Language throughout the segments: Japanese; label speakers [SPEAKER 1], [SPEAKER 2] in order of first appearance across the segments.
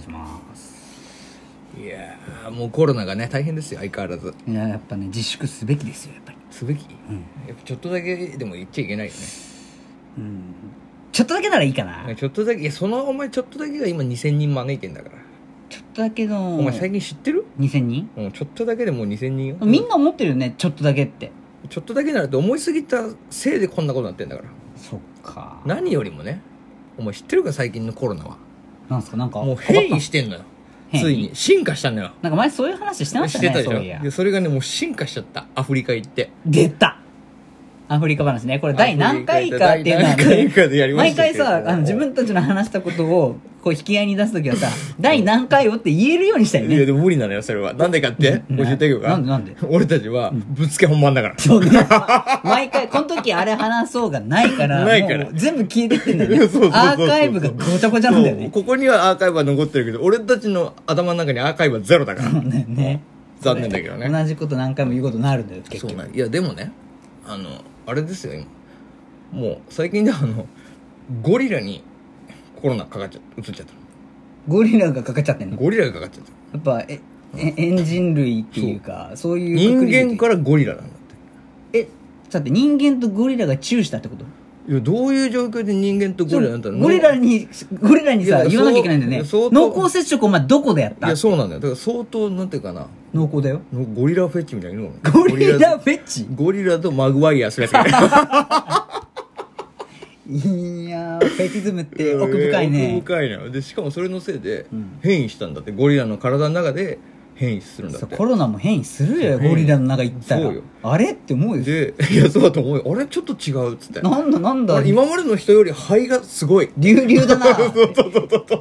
[SPEAKER 1] します
[SPEAKER 2] いやーもうコロナがね大変ですよ相変わらず
[SPEAKER 1] いややっぱね自粛すべきですよやっぱり
[SPEAKER 2] すべき、
[SPEAKER 1] ん
[SPEAKER 2] やっぱちょっとだけでも言っちゃいけないよ
[SPEAKER 1] うんちょっとだけならいいかな
[SPEAKER 2] ねちょっとだけいやそのお前ちょっとだけが今2000人招いてんだから、
[SPEAKER 1] ちょっとだけの
[SPEAKER 2] お前最近知ってる
[SPEAKER 1] 2000人
[SPEAKER 2] うんちょっとだけでもう2000人よ
[SPEAKER 1] みんな思ってるよねちょっとだけって
[SPEAKER 2] ちょっとだけならって思いすぎたせいでこんなことになってんだから
[SPEAKER 1] そっか
[SPEAKER 2] 何よりもねお前知ってるか最近のコロナは
[SPEAKER 1] なんすかなんか
[SPEAKER 2] もう
[SPEAKER 1] 変
[SPEAKER 2] 変
[SPEAKER 1] 異
[SPEAKER 2] 異してんのよ
[SPEAKER 1] 変異
[SPEAKER 2] ついに進化したんだよ
[SPEAKER 1] なんか前そういう話してました
[SPEAKER 2] て
[SPEAKER 1] ね
[SPEAKER 2] たでし
[SPEAKER 1] そうい
[SPEAKER 2] ょ
[SPEAKER 1] や
[SPEAKER 2] でそれがねもう進化しちゃったアフリカ行って
[SPEAKER 1] 出たアフリカ話ねこれ第何回かっていうのは
[SPEAKER 2] 第何回かでやりま
[SPEAKER 1] 毎
[SPEAKER 2] したけ
[SPEAKER 1] 回
[SPEAKER 2] ど
[SPEAKER 1] さあの自分たちの話したことをこう引き合いに出す時はさ「第何回を」って言えるようにしたよ
[SPEAKER 2] いや
[SPEAKER 1] ね
[SPEAKER 2] でも無理なのよそれはなんでかって
[SPEAKER 1] うん
[SPEAKER 2] 教えてあげようか
[SPEAKER 1] なんでなんで
[SPEAKER 2] 俺たちはぶっつけ本番だから
[SPEAKER 1] そうねま毎回この時あれ話そうがないから
[SPEAKER 2] ないから
[SPEAKER 1] もう全部消えてってんだよ ね
[SPEAKER 2] そうそうそうそう
[SPEAKER 1] アーカイブがごちゃごちゃなんだよ
[SPEAKER 2] そう
[SPEAKER 1] ね
[SPEAKER 2] ここにはアーカイブは残ってるけど俺たちの頭の中にアーカイブはゼロだから
[SPEAKER 1] そうだよ ね
[SPEAKER 2] 残念だけどね
[SPEAKER 1] 同じこと何回も言うことになるんだよ結
[SPEAKER 2] そう
[SPEAKER 1] 局
[SPEAKER 2] なんいやでもねあのあれですよ今もう最近ではあのゴリラにコロナかかっちゃうつっちゃった
[SPEAKER 1] ゴリラがかかっちゃってんの
[SPEAKER 2] ゴリラがかかっちゃった
[SPEAKER 1] やっぱええエンジン類っていうかそういう
[SPEAKER 2] 人
[SPEAKER 1] くくりで
[SPEAKER 2] 間からゴリラなんだって
[SPEAKER 1] えだって人間とゴリラがチューしたってこと
[SPEAKER 2] いやどういう状況で人間とゴリラになったの
[SPEAKER 1] ゴリラにゴリラに
[SPEAKER 2] い
[SPEAKER 1] さ
[SPEAKER 2] や
[SPEAKER 1] 言わなきゃいけないんだよね
[SPEAKER 2] そう相当
[SPEAKER 1] 濃厚接触お前どこでやっ
[SPEAKER 2] い
[SPEAKER 1] た
[SPEAKER 2] やそうなんだよだから相当なんていうかな
[SPEAKER 1] 濃厚だよ
[SPEAKER 2] ゴリラフェッチみたいなのいるの
[SPEAKER 1] ゴリラフェッチ
[SPEAKER 2] ゴリラとマグワイアするやつがいる
[SPEAKER 1] いやーフェチズムって 奥深いね
[SPEAKER 2] 奥深いのよでしかもそれのせいで
[SPEAKER 1] うん
[SPEAKER 2] 変異したんだってゴリラの体の中で変異するんだ
[SPEAKER 1] そ
[SPEAKER 2] っ
[SPEAKER 1] う
[SPEAKER 2] て
[SPEAKER 1] コロナも変異するよ
[SPEAKER 2] 変異
[SPEAKER 1] ゴリラの中行ったら
[SPEAKER 2] そうよ
[SPEAKER 1] あれって思うよ
[SPEAKER 2] でいやそうだと思うよあれちょっと違うっつって
[SPEAKER 1] なんだなんだ
[SPEAKER 2] あれ今までの人より肺がすごい
[SPEAKER 1] 流々だ な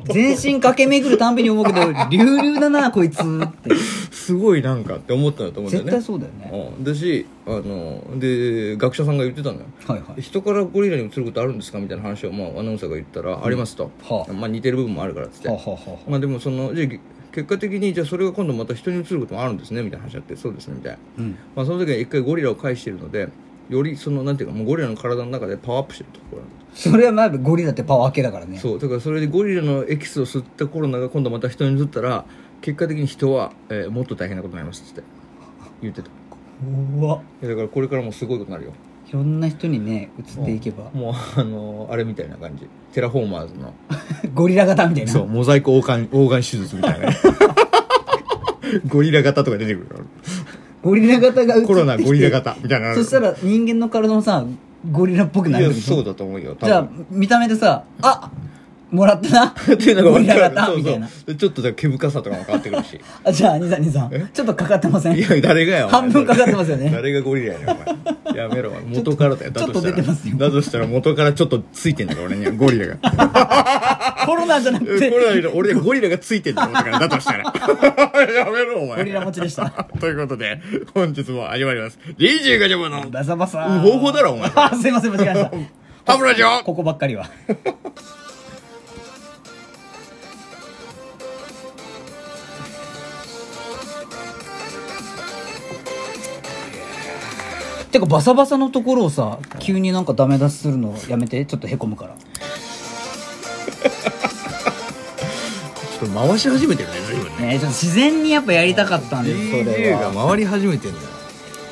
[SPEAKER 1] 全身駆け巡るたんびに思うけど流々だなこいつって
[SPEAKER 2] すごいなんかって思ったんだと思うんだよ
[SPEAKER 1] 絶
[SPEAKER 2] ね
[SPEAKER 1] 対そうだよね
[SPEAKER 2] うんだしあので学者さんが言ってたのよ
[SPEAKER 1] はいはい
[SPEAKER 2] 人からゴリラに移ることあるんですかみたいな話を、まあ、アナウンサーが言ったら、ありますと、
[SPEAKER 1] はあ
[SPEAKER 2] まあ、似てる部分もあるからっつって、
[SPEAKER 1] はあはあはあはあ
[SPEAKER 2] まあでもそのじゃあ結果的にじゃあそれが今度また人に移ることもあるんですねみたいな話あってそうですねみたいな、
[SPEAKER 1] うん
[SPEAKER 2] まあ、その時は一回ゴリラを介しているのでよりそのなんていうかもうゴリラの体の中でパワーアップしてるところなんだと
[SPEAKER 1] それはまあゴリラってパワー系だからね
[SPEAKER 2] そうだからそれでゴリラのエキスを吸ったコロナが今度また人に移ったら結果的に人は、えーもっと大変なことになりますっつって言ってたいう
[SPEAKER 1] わ
[SPEAKER 2] やだからこれからもうすごいことになるよ
[SPEAKER 1] いろんな人にね移っていけば
[SPEAKER 2] もう あのーあれみたいな感じテラフォーマーズの
[SPEAKER 1] ゴリラ型みたいな
[SPEAKER 2] そうモザイク黄金黄金手術みたいな ゴリラ型とか出てくるから
[SPEAKER 1] ゴリラ型が移ってきて
[SPEAKER 2] コロナゴリラ型みたいなのある
[SPEAKER 1] そしたら人間の体もさゴリラっぽくないる
[SPEAKER 2] や
[SPEAKER 1] でしょ
[SPEAKER 2] そうだと思うよ多分
[SPEAKER 1] じゃあ見た目でさあもらったな
[SPEAKER 2] っていうのが
[SPEAKER 1] ゴ
[SPEAKER 2] 分
[SPEAKER 1] リ
[SPEAKER 2] か
[SPEAKER 1] ラ
[SPEAKER 2] る
[SPEAKER 1] 型みたいな
[SPEAKER 2] そうそうちょっとだから毛深さとかも変わってくるし
[SPEAKER 1] あじゃあ兄さん兄さんちょっとかかってません
[SPEAKER 2] い
[SPEAKER 1] ち
[SPEAKER 2] や誰がよお前
[SPEAKER 1] 半分かかってますよね
[SPEAKER 2] 誰がゴリラやねんお前やめろお前元からだよ
[SPEAKER 1] ち
[SPEAKER 2] だ
[SPEAKER 1] ょっと
[SPEAKER 2] と
[SPEAKER 1] ちょっと出
[SPEAKER 2] したら
[SPEAKER 1] てますよ
[SPEAKER 2] だとしたら元からちょっとついてんだから俺にはゴリラ が
[SPEAKER 1] コロナじゃな
[SPEAKER 2] ゴ
[SPEAKER 1] くて
[SPEAKER 2] リラ俺にはゴリラがついてんだよ俺からだとしたら やめろお前
[SPEAKER 1] ゴリラ持ちでした
[SPEAKER 2] ということで本日も始まります DJ ガチャバの
[SPEAKER 1] バサバサ
[SPEAKER 2] 方法だろお前
[SPEAKER 1] あすいません間違えまし
[SPEAKER 2] ハブラジ
[SPEAKER 1] た
[SPEAKER 2] オ
[SPEAKER 1] ここばっかりはてかバサバサのところをさ急になんかダメ出しするのやめてちょっとへこむから
[SPEAKER 2] ちょっと回し始めてるね随分ね
[SPEAKER 1] ねちょっと自然にやっぱやりたかったんですそ
[SPEAKER 2] DJ
[SPEAKER 1] れ
[SPEAKER 2] が
[SPEAKER 1] は
[SPEAKER 2] 回り始めてんだよ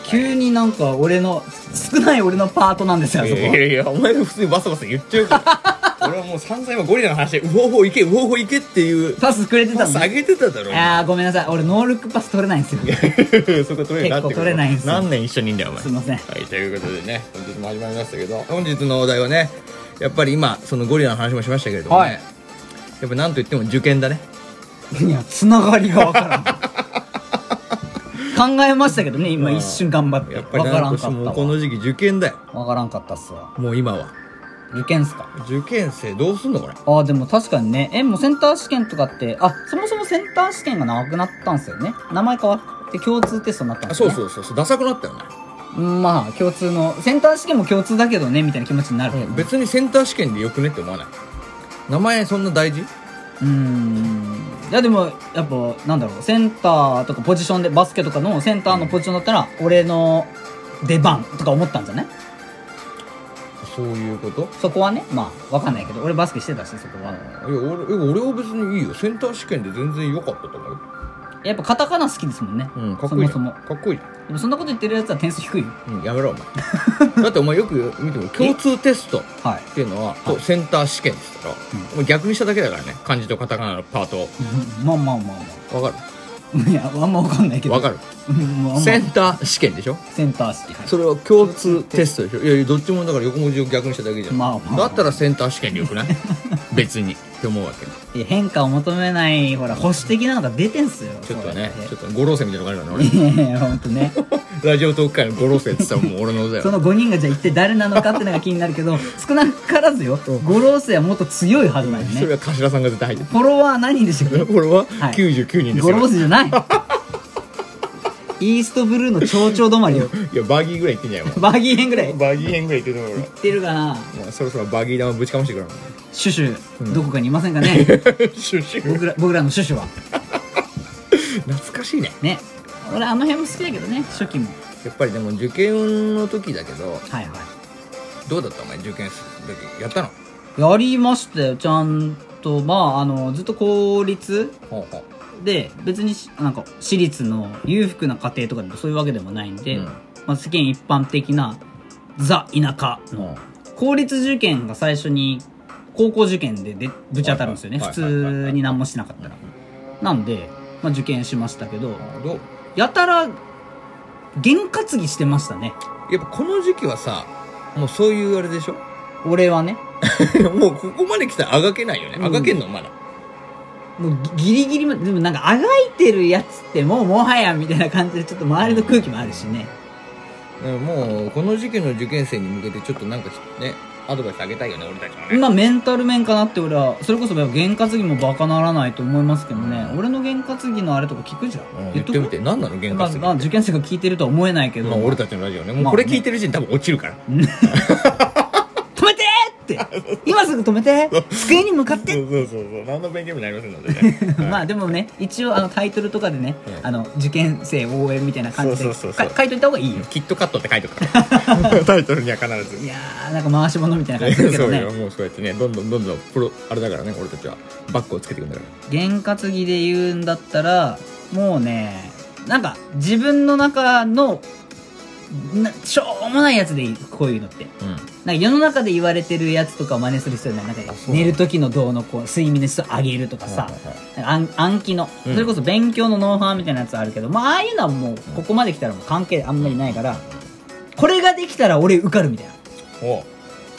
[SPEAKER 1] 急になんか俺の少ない俺のパートなんですよあそこ
[SPEAKER 2] いやいやお前普通にバサバサ言っちゃうから 俺はもう散々今ゴリラの話でウォーホーいけウォーホーいけっていう
[SPEAKER 1] パスくれてた
[SPEAKER 2] パ
[SPEAKER 1] ん
[SPEAKER 2] ス
[SPEAKER 1] だ
[SPEAKER 2] 上げてただろ
[SPEAKER 1] あーごめんなさい俺ノールックパス取れないんですよ
[SPEAKER 2] そこ取れる
[SPEAKER 1] 結構取れないんすよ
[SPEAKER 2] 何年一緒にいんだよお前
[SPEAKER 1] すいません
[SPEAKER 2] はいということでね本日も始まりましたけど本日のお題はねやっぱり今そのゴリラの話もしましたけれども
[SPEAKER 1] は
[SPEAKER 2] ね、
[SPEAKER 1] い
[SPEAKER 2] やっぱなんといっても受験だね
[SPEAKER 1] いや、つながりがわ からん。考えましたけどね、今一瞬頑張って。
[SPEAKER 2] や
[SPEAKER 1] わ
[SPEAKER 2] っぱ
[SPEAKER 1] か
[SPEAKER 2] り
[SPEAKER 1] ら
[SPEAKER 2] なん
[SPEAKER 1] ん
[SPEAKER 2] と
[SPEAKER 1] か
[SPEAKER 2] して
[SPEAKER 1] っ
[SPEAKER 2] も
[SPEAKER 1] た
[SPEAKER 2] この
[SPEAKER 1] わ。
[SPEAKER 2] 時期受験だよ
[SPEAKER 1] わからんかったっすわ。
[SPEAKER 2] もう今は
[SPEAKER 1] 受験っすか。
[SPEAKER 2] 受験生どうすんのこれ
[SPEAKER 1] ああ、でも確かにね、え、もうセンター試験とかって、あ、そもそもセンター試験が長くなったんですよね。名前変わって共通テストになったん
[SPEAKER 2] あ
[SPEAKER 1] ですよ、
[SPEAKER 2] そう
[SPEAKER 1] ね。
[SPEAKER 2] そうそうそうダサくなったよね、
[SPEAKER 1] う。まあ、共通の、センター試験も共通だけどね、みたいな気持ちになるけどね。
[SPEAKER 2] 別にセンター試験でよくねって思わない名前そんな大事
[SPEAKER 1] うーん。いやでも、やっぱ、なんだろう、センターとかポジションで、バスケとかのセンターのポジションだったら、俺の出番とか思ったんじゃない
[SPEAKER 2] そういうこと
[SPEAKER 1] そこはねまあわかんないけど俺バスケしてたしそこ
[SPEAKER 2] い
[SPEAKER 1] は
[SPEAKER 2] や俺え俺は別にいいよセンター試験で全然良かったと思うよ
[SPEAKER 1] やっぱカタカナ好きですもんね
[SPEAKER 2] うんかっこいいじゃ
[SPEAKER 1] そ
[SPEAKER 2] ん
[SPEAKER 1] もそ
[SPEAKER 2] かっこいいじ
[SPEAKER 1] でもそんなこと言ってるやつは点数低いよ
[SPEAKER 2] ゃん、うん、やめろお前 だってお前よく見 ても共通テストっ
[SPEAKER 1] はい
[SPEAKER 2] ていうのはこうセンター試験ですから、もう逆にしただけだからね漢字とカタカナのパートを
[SPEAKER 1] まあまあまあ
[SPEAKER 2] わ
[SPEAKER 1] ま
[SPEAKER 2] か
[SPEAKER 1] あいやあんまわかんないけ
[SPEAKER 2] る
[SPEAKER 1] ど
[SPEAKER 2] わかる
[SPEAKER 1] うんまあまあ
[SPEAKER 2] センター試験でしょ
[SPEAKER 1] センター式はい
[SPEAKER 2] それは共通テストでしょいやいやどっちもだから横文字を逆にしただけじゃん、
[SPEAKER 1] まあまあ
[SPEAKER 2] だったらセンター試験で よくない別にって思うわけ
[SPEAKER 1] いや変化を求めないほら保守的なのが出てんすよ
[SPEAKER 2] ちょっとねち
[SPEAKER 1] そ
[SPEAKER 2] ょっと五老星みたいな感じだね
[SPEAKER 1] うや っていやいやほんとね
[SPEAKER 2] 俺ラジオトーク界の五老星って言ったらもう俺のだよ
[SPEAKER 1] その5人がじゃあ一体誰なのかってのが気になる けど少なからずよ五老星はもっと強いはずなん
[SPEAKER 2] そ
[SPEAKER 1] で
[SPEAKER 2] れ
[SPEAKER 1] ね
[SPEAKER 2] は頭さんが絶対入って
[SPEAKER 1] フォロワー何人でしたっ
[SPEAKER 2] るこれは99人
[SPEAKER 1] け
[SPEAKER 2] です
[SPEAKER 1] 五
[SPEAKER 2] よ、
[SPEAKER 1] 老星じゃないイーストブルーの蝶々止まりよ
[SPEAKER 2] い、やバギーぐらいいってんじゃんも
[SPEAKER 1] バギー編ぐらいう
[SPEAKER 2] バギー編ぐらいいってると思う
[SPEAKER 1] 言ってるかな
[SPEAKER 2] 俺もうそろそろバギー玉ぶちかましてくれ
[SPEAKER 1] シュシュどこかにいませんかね
[SPEAKER 2] シュシュ
[SPEAKER 1] 僕ら僕らのシュシュは
[SPEAKER 2] 懐かしいね
[SPEAKER 1] ね俺あの辺も好きだけどね初期も
[SPEAKER 2] やっぱりでも受験の時だけど
[SPEAKER 1] はいはい
[SPEAKER 2] どうだったお前受験する時やったの
[SPEAKER 1] やりましたよちゃんとまああのずっと公立
[SPEAKER 2] ほうほう
[SPEAKER 1] で別にしなんか私立の裕福な家庭とかでもそういうわけでもないんで、
[SPEAKER 2] うん
[SPEAKER 1] まあ、世間一般的なザ田舎の公立受験が最初に高校受験ででぶち当たるんですよね
[SPEAKER 2] はい
[SPEAKER 1] 普
[SPEAKER 2] はいはいはい
[SPEAKER 1] 通に何もしなかったらなんで、まあ、受験しましたけど
[SPEAKER 2] どう
[SPEAKER 1] やたら験担ぎしてましたね
[SPEAKER 2] やっぱこの時期はさもうそういうあれでしょ
[SPEAKER 1] 俺はね
[SPEAKER 2] もうここまで来たらあがけないよね
[SPEAKER 1] うん
[SPEAKER 2] あがけんのまだ、
[SPEAKER 1] もうギリギリまででもなんかあがいてるやつってもうもはやみたいな感じでちょっと周りの空気もあるしね
[SPEAKER 2] うんもうこの時期の受験生に向けてちょっとなんかねアドバイスあげたいよね俺たちもね
[SPEAKER 1] まあメンタル面かなって俺はそれこそやっぱ験担ぎもバカならないと思いますけどね、俺の験担ぎのあれとか聞くじゃん、
[SPEAKER 2] 言っ
[SPEAKER 1] と
[SPEAKER 2] て
[SPEAKER 1] く
[SPEAKER 2] みて何なの原
[SPEAKER 1] まあ、
[SPEAKER 2] 価すぎ
[SPEAKER 1] まあ受験生が聞いてるとは思えないけど、
[SPEAKER 2] まあ、俺たちのラジオね
[SPEAKER 1] ま
[SPEAKER 2] も
[SPEAKER 1] あ
[SPEAKER 2] うこれ聞いてる時点で多分落ちるから、
[SPEAKER 1] 止めてーって今すぐ止めて 机に向かって
[SPEAKER 2] そうそうそうそう何の勉強にもなりませんのでね
[SPEAKER 1] まあでもね一応あのタイトルとかでね、
[SPEAKER 2] うん
[SPEAKER 1] あの受験生応援みたいな感じで
[SPEAKER 2] そうそうそうそう
[SPEAKER 1] か書いといた方がいいよ
[SPEAKER 2] キットカットって書いとくから タイトルには必
[SPEAKER 1] い
[SPEAKER 2] ず
[SPEAKER 1] やーなんか回し物みたいな感じですけど
[SPEAKER 2] そう
[SPEAKER 1] ね
[SPEAKER 2] よもうそうやってねどんどんどんどんプロあれだからね俺たちはバッグをつけていくんだか
[SPEAKER 1] 験担ぎで言うんだったらもうねなんか自分の中のなしょうもないやつでいいこういうのって
[SPEAKER 2] らうん
[SPEAKER 1] なんか世の中で言われてるやつとかを真似する必要ないなんか
[SPEAKER 2] あそう
[SPEAKER 1] 寝る時のどうのこう睡眠の質を上げるとかさ
[SPEAKER 2] はいはいは
[SPEAKER 1] な
[SPEAKER 2] い
[SPEAKER 1] んか暗暗記の、
[SPEAKER 2] うん
[SPEAKER 1] それこそ勉強のノウハウみたいなやつあるけどまあああいうのはもうここまで来たらもう関係あんまりないからこれができたら俺受かるみたい
[SPEAKER 2] お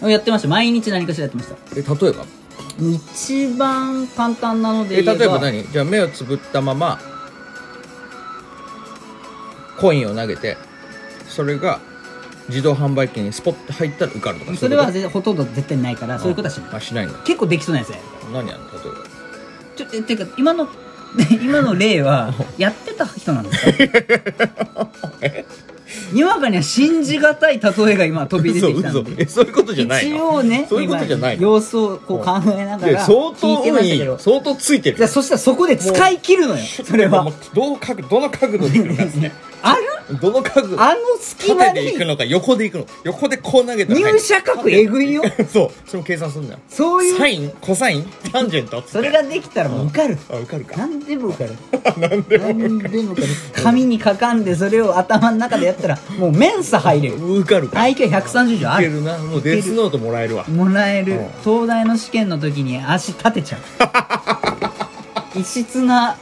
[SPEAKER 2] う
[SPEAKER 1] なやってました毎日何かしらやってました
[SPEAKER 2] え例えば
[SPEAKER 1] 一番簡単なので
[SPEAKER 2] え
[SPEAKER 1] 言えば
[SPEAKER 2] 例えば何じゃあ目をつぶったままコインを投げてそれが自動販売機にスポッと入ったら受かるとか
[SPEAKER 1] それは
[SPEAKER 2] ういうこ
[SPEAKER 1] ぜほとんど絶対ないか
[SPEAKER 2] と
[SPEAKER 1] らそういうことはしない
[SPEAKER 2] あしないんだ
[SPEAKER 1] 結構できそうなやつやる
[SPEAKER 2] 何やんの例
[SPEAKER 1] ちょえてか今の 今の例はやってた人なんです かにわかには信じがたい例えが今飛び
[SPEAKER 2] え
[SPEAKER 1] 出
[SPEAKER 2] ば
[SPEAKER 1] てきたん
[SPEAKER 2] 嘘
[SPEAKER 1] で
[SPEAKER 2] 嘘えそういうことじゃない
[SPEAKER 1] 一
[SPEAKER 2] の
[SPEAKER 1] 応ね
[SPEAKER 2] そういうことじゃない
[SPEAKER 1] 今
[SPEAKER 2] の
[SPEAKER 1] 様子をこう考えなが
[SPEAKER 2] で
[SPEAKER 1] ら
[SPEAKER 2] 相当
[SPEAKER 1] 聞いてま
[SPEAKER 2] 運
[SPEAKER 1] した
[SPEAKER 2] い
[SPEAKER 1] け
[SPEAKER 2] い
[SPEAKER 1] ど
[SPEAKER 2] 相当ついてる
[SPEAKER 1] じゃあそしたらそこで使い切るのよそれは
[SPEAKER 2] もうどう角どの角度で行く のかですね
[SPEAKER 1] ある
[SPEAKER 2] どの角度
[SPEAKER 1] あの隙間
[SPEAKER 2] 縦で
[SPEAKER 1] に
[SPEAKER 2] 行くのか横で行くのか横でこう投げたら入
[SPEAKER 1] 入
[SPEAKER 2] る
[SPEAKER 1] 社格えぐいよ
[SPEAKER 2] そうそれも計算するんだよ
[SPEAKER 1] そうい
[SPEAKER 2] サ
[SPEAKER 1] う
[SPEAKER 2] インコサインタンジェントっつって
[SPEAKER 1] それができたらもう受かる
[SPEAKER 2] あ受かるか
[SPEAKER 1] 何でも受かる 何でも受かる紙に書かんでそれを頭の中でやったらもうメンサ入れる
[SPEAKER 2] 受かるか
[SPEAKER 1] IQ130 以上あ
[SPEAKER 2] いけ
[SPEAKER 1] る
[SPEAKER 2] るなもうデスノートもらえるわ
[SPEAKER 1] もらえる
[SPEAKER 2] うん
[SPEAKER 1] 東大の試験の時に足立てちゃ う異質な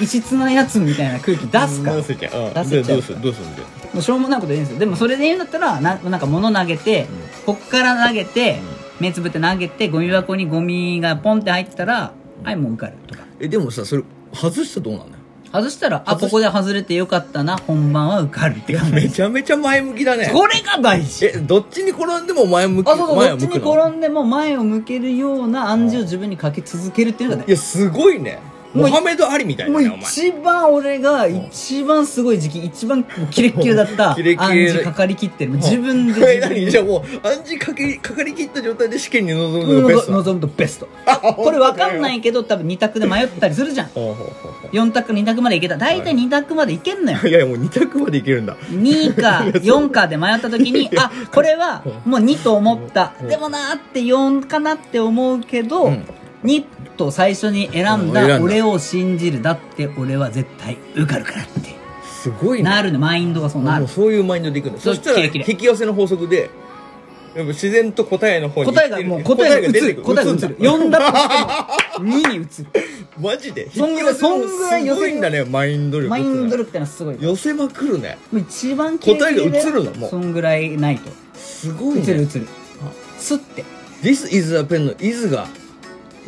[SPEAKER 1] 異質なやつみたいな空気出すから
[SPEAKER 2] 出せちゃう、うん、
[SPEAKER 1] 出せちゃう
[SPEAKER 2] でどうするどうするんだよ
[SPEAKER 1] もうしょうもないことでいいんですよでもそれで言うんだったらななんか物投げて、こっから投げて、目つぶって投げてゴミ箱にゴミがポンって入ってたら、はいもう受かるとか
[SPEAKER 2] えでも さそれ外したらどうなんだよ
[SPEAKER 1] 外したらあここで外れてよかったな本番は受かるって感じ
[SPEAKER 2] めちゃめちゃ前向き だね
[SPEAKER 1] これが大事
[SPEAKER 2] えどっちに転んでも前向き
[SPEAKER 1] あそうそう
[SPEAKER 2] 前
[SPEAKER 1] ど
[SPEAKER 2] を
[SPEAKER 1] っち
[SPEAKER 2] 向
[SPEAKER 1] に
[SPEAKER 2] くの
[SPEAKER 1] 転んでも前を向けるような暗示を自分にかけ続けるっていうのが
[SPEAKER 2] いやすごいねモハメド・アリみたい
[SPEAKER 1] も
[SPEAKER 2] な
[SPEAKER 1] う
[SPEAKER 2] ねお前
[SPEAKER 1] 一番俺が一番すごい時期一番キレッキレだった
[SPEAKER 2] キレッキ
[SPEAKER 1] 暗
[SPEAKER 2] レ
[SPEAKER 1] 示かかりきってる自分で
[SPEAKER 2] これ
[SPEAKER 1] 自分で
[SPEAKER 2] 何じゃあもう暗示かけかかりきった状態で試験に臨むのがベストな
[SPEAKER 1] 望むとベスト
[SPEAKER 2] あ本当だよ
[SPEAKER 1] これ分かんないけど多分2択で迷ったりするじゃん
[SPEAKER 2] ほうほうほうほ
[SPEAKER 1] 4択2択までいけた大体2択までいけんのよ
[SPEAKER 2] ういやいやもう2択までいけるんだ
[SPEAKER 1] 2か4かで迷った時 にあこれはもう2と思った
[SPEAKER 2] うん
[SPEAKER 1] でもなーって4かなって思うけど、
[SPEAKER 2] うん
[SPEAKER 1] 2と最初に選ん
[SPEAKER 2] うん選ん
[SPEAKER 1] だ
[SPEAKER 2] だ
[SPEAKER 1] 俺を信じるだって俺は絶対受かるからっ
[SPEAKER 2] すごい
[SPEAKER 1] て
[SPEAKER 2] ね
[SPEAKER 1] なるのマインドがそうな
[SPEAKER 2] も
[SPEAKER 1] る
[SPEAKER 2] うそういうマインドでいくんだ
[SPEAKER 1] そ
[SPEAKER 2] そうしたら
[SPEAKER 1] キレキレ
[SPEAKER 2] 引き寄せの法則でやっぱ自然と答えの方に
[SPEAKER 1] 答えが
[SPEAKER 2] 行
[SPEAKER 1] もう
[SPEAKER 2] ってる
[SPEAKER 1] 答えが映
[SPEAKER 2] 出て
[SPEAKER 1] る
[SPEAKER 2] く
[SPEAKER 1] 答えが映る
[SPEAKER 2] んだ
[SPEAKER 1] 4だとしても2に移る
[SPEAKER 2] マジで引き
[SPEAKER 1] そんぐら
[SPEAKER 2] 寄
[SPEAKER 1] い
[SPEAKER 2] せの
[SPEAKER 1] そんぐらい寄
[SPEAKER 2] す
[SPEAKER 1] せ
[SPEAKER 2] ごいんだねマインド力
[SPEAKER 1] マインド力ってのはすごいも
[SPEAKER 2] 寄せまくるね
[SPEAKER 1] う一番キレキレで
[SPEAKER 2] 答えが映るのもう
[SPEAKER 1] そんぐらいないと
[SPEAKER 2] すごい
[SPEAKER 1] 映る映
[SPEAKER 2] ね
[SPEAKER 1] るスッて
[SPEAKER 2] This is a pen の is が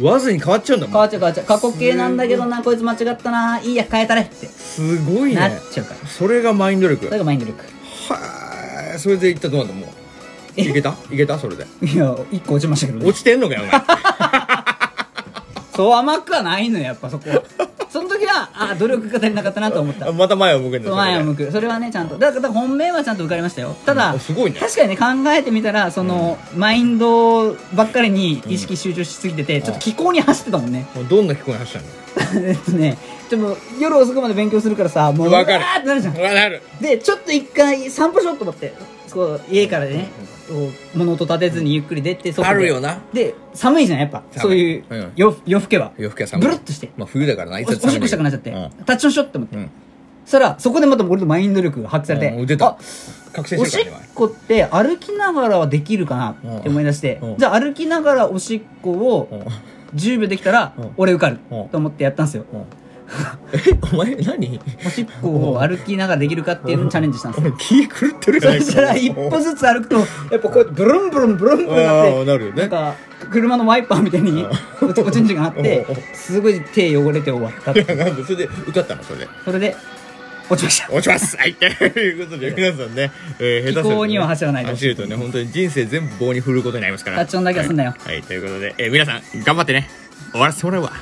[SPEAKER 2] わずに変わっちゃうんだ
[SPEAKER 1] 変わ
[SPEAKER 2] もん
[SPEAKER 1] っちゃう変わっちゃう過去形なんだけどなこいつ間違ったないいや変えたれって
[SPEAKER 2] すごい
[SPEAKER 1] なっ
[SPEAKER 2] ね
[SPEAKER 1] ちゃうから
[SPEAKER 2] それがマインド力
[SPEAKER 1] それがマインド力
[SPEAKER 2] はあそれでいったらどうなんだもう
[SPEAKER 1] え
[SPEAKER 2] いけたいけたそれで
[SPEAKER 1] いや一個落ちましたけど
[SPEAKER 2] 落
[SPEAKER 1] ね
[SPEAKER 2] ちてんのかよ お前
[SPEAKER 1] そう甘くはないのよやっぱそこはその時はあ努力が足りなかったなと思った
[SPEAKER 2] あまた前を向くんだ
[SPEAKER 1] そう前を向
[SPEAKER 2] く
[SPEAKER 1] くそれはねちゃんとだからだから本命はちゃんと受かりましたよただ、
[SPEAKER 2] うんすごいね
[SPEAKER 1] 確かにね考えてみたらその、マインドばっかりに意識集中しすぎてて、ちょっと気候に走ってたも んね
[SPEAKER 2] どんな気候に走ったの
[SPEAKER 1] えっとねちょっと夜遅くまで勉強するからさもう
[SPEAKER 2] わかる
[SPEAKER 1] うわーってなるじゃん
[SPEAKER 2] わかる
[SPEAKER 1] でちょっと一回散歩しようと思ってこう家からね、こう物音立てずにゆっくり出てで
[SPEAKER 2] あるよな
[SPEAKER 1] で寒いじゃんやっぱ
[SPEAKER 2] 寒い
[SPEAKER 1] そういう
[SPEAKER 2] うん
[SPEAKER 1] よ夜更けは
[SPEAKER 2] 洋服屋さん
[SPEAKER 1] ブルッとして
[SPEAKER 2] まあ冬だからな
[SPEAKER 1] おしおしっこしたくなっちゃって、立ちをしようって思って、
[SPEAKER 2] うん
[SPEAKER 1] そしたらそこでまた俺のマインド力が発揮されて、
[SPEAKER 2] うん出た
[SPEAKER 1] あ
[SPEAKER 2] 覚醒
[SPEAKER 1] お
[SPEAKER 2] し
[SPEAKER 1] してっ
[SPEAKER 2] るからね
[SPEAKER 1] こって歩きながらはできるかなって思い出して、
[SPEAKER 2] うんうん
[SPEAKER 1] じゃあ歩きながらおしっこ
[SPEAKER 2] お前
[SPEAKER 1] を
[SPEAKER 2] うん
[SPEAKER 1] 10秒できたら
[SPEAKER 2] うん
[SPEAKER 1] 俺受かる
[SPEAKER 2] うん
[SPEAKER 1] と思ってやったんですよ、
[SPEAKER 2] うんえお前何
[SPEAKER 1] おしっこを歩きながらできるかっていうのにチャレンジしたんですよ
[SPEAKER 2] 気狂ってる
[SPEAKER 1] そ
[SPEAKER 2] やないか
[SPEAKER 1] したら一歩ずつ歩くとやっぱこうやってブルンブルンブルンブルン
[SPEAKER 2] あ
[SPEAKER 1] な
[SPEAKER 2] ー
[SPEAKER 1] って
[SPEAKER 2] なるよね
[SPEAKER 1] んか車のワイパーみたいにおちおちんちんがあって
[SPEAKER 2] おうおう
[SPEAKER 1] すごい手汚れて終わったって
[SPEAKER 2] いやなんでそれで受かったのそれで
[SPEAKER 1] それで落ちました
[SPEAKER 2] 落ちますはいということで皆さんね、 えー、下手する
[SPEAKER 1] 気
[SPEAKER 2] と
[SPEAKER 1] 候
[SPEAKER 2] ね
[SPEAKER 1] には走らないでほしい
[SPEAKER 2] 走るとね本当に人生全部棒に振ることになりますから
[SPEAKER 1] タッチオンだけはすんなよ
[SPEAKER 2] はい、ということで、えー皆さん頑張ってね終わらせてもらうわ